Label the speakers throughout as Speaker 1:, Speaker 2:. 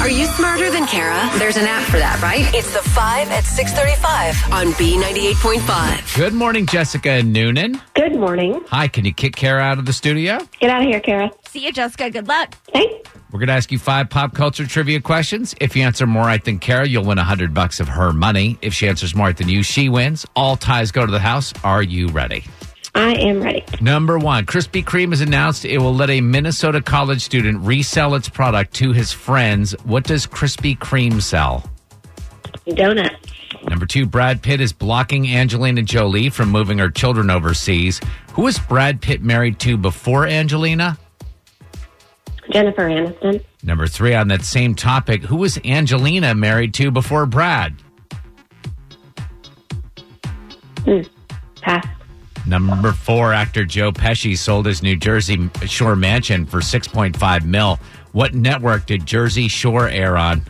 Speaker 1: Are you smarter than Kara? There's an app for that, right? It's the 5 at 635 on B98.5.
Speaker 2: Good morning, Jessica Noonan.
Speaker 3: Good morning.
Speaker 2: Hi, can you kick Kara out of the studio?
Speaker 3: Get out of here, Kara.
Speaker 4: See you, Jessica. Good luck.
Speaker 3: Hey,
Speaker 2: We're going to ask you five pop culture trivia questions. If you answer more right than Kara, you'll win 100 bucks of her money. If she answers more right than you, she wins. All ties go to the house. Are you ready?
Speaker 3: I am ready.
Speaker 2: Number one, Krispy Kreme has announced it will let a Minnesota college student resell its product to his friends. What does Krispy Kreme sell?
Speaker 3: Donut.
Speaker 2: Number two, Brad Pitt is blocking Angelina Jolie from moving her children overseas. Who was Brad Pitt married to before Angelina?
Speaker 3: Jennifer Aniston.
Speaker 2: Number three, on that same topic, who was Angelina married to before Brad?
Speaker 3: Pass.
Speaker 2: Number four, actor Joe Pesci sold his New Jersey Shore mansion for 6.5 mil. What network did Jersey Shore air on?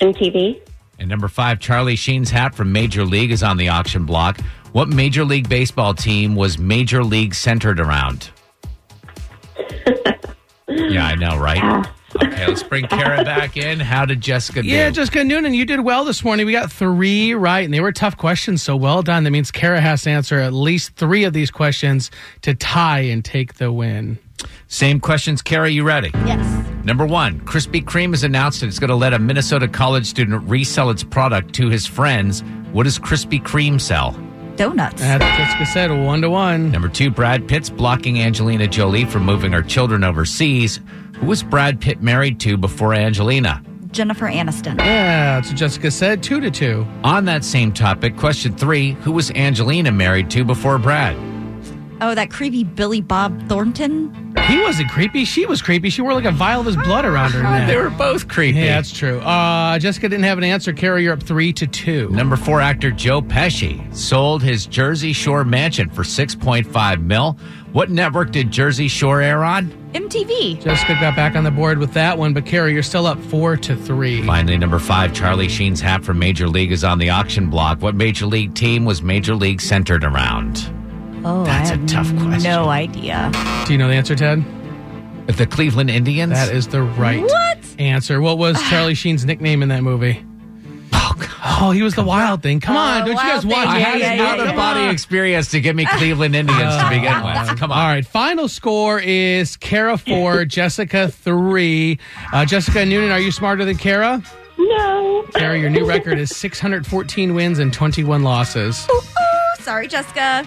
Speaker 3: MTV.
Speaker 2: And number five, Charlie Sheen's hat from Major League is on the auction block. What Major League Baseball team was Major League centered around? yeah, I know, right? Okay, let's bring Kara back in. How did Jessica do?
Speaker 5: Yeah, Jessica Noonan, you did well this morning. We got three right, and they were tough questions, so well done. That means Kara has to answer at least three of these questions to tie and take the win.
Speaker 2: Same questions, Kara. You ready?
Speaker 4: Yes.
Speaker 2: Number one, Krispy Kreme has announced it's going to let a Minnesota college student resell its product to his friends. What does Krispy Kreme sell?
Speaker 4: Donuts.
Speaker 5: That's what Jessica said, one to one.
Speaker 2: Number two, Brad Pitt's blocking Angelina Jolie from moving her children overseas. Who was Brad Pitt married to before Angelina?
Speaker 4: Jennifer Aniston.
Speaker 5: Yeah, that's what Jessica said, two to two.
Speaker 2: On that same topic, question three, who was Angelina married to before Brad?
Speaker 4: Oh, that creepy Billy Bob Thornton.
Speaker 5: He wasn't creepy. She was creepy. She wore like a vial of his blood around her neck.
Speaker 2: They were both creepy.
Speaker 5: yeah, that's true. Uh, Jessica didn't have an answer. Kara, you're up three to two.
Speaker 2: Number four actor Joe Pesci sold his Jersey Shore mansion for 6.5 mil. What network did Jersey Shore air on?
Speaker 4: MTV.
Speaker 5: Jessica got back on the board with that one, but Kara, you're still up four to three.
Speaker 2: Finally, number five, Charlie Sheen's hat from Major League is on the auction block. What Major League team was Major League centered around?
Speaker 4: Oh,
Speaker 2: That's
Speaker 4: I
Speaker 2: a
Speaker 4: have
Speaker 2: tough question.
Speaker 4: No idea.
Speaker 5: Do you know the answer, Ted?
Speaker 2: The Cleveland Indians?
Speaker 5: That is the right
Speaker 4: What?
Speaker 5: answer. What was Charlie Sheen's nickname in that movie?
Speaker 2: Oh, God.
Speaker 5: Oh, he was the wild thing. Come on,
Speaker 4: Oh,
Speaker 5: don't you
Speaker 4: Wild
Speaker 5: guys watch
Speaker 4: Thing.
Speaker 2: I
Speaker 5: it?
Speaker 2: had
Speaker 4: yeah,
Speaker 2: another
Speaker 4: yeah,
Speaker 2: body experience to give me Cleveland Indians
Speaker 5: Uh,
Speaker 2: to begin with. Come
Speaker 5: All
Speaker 2: on.
Speaker 5: right, final score is Kara four, Jessica three. Uh, Jessica Noonan, are you smarter than Kara?
Speaker 3: No.
Speaker 5: Kara, your new record is 614 wins and 21 losses.
Speaker 4: Sorry, Jessica.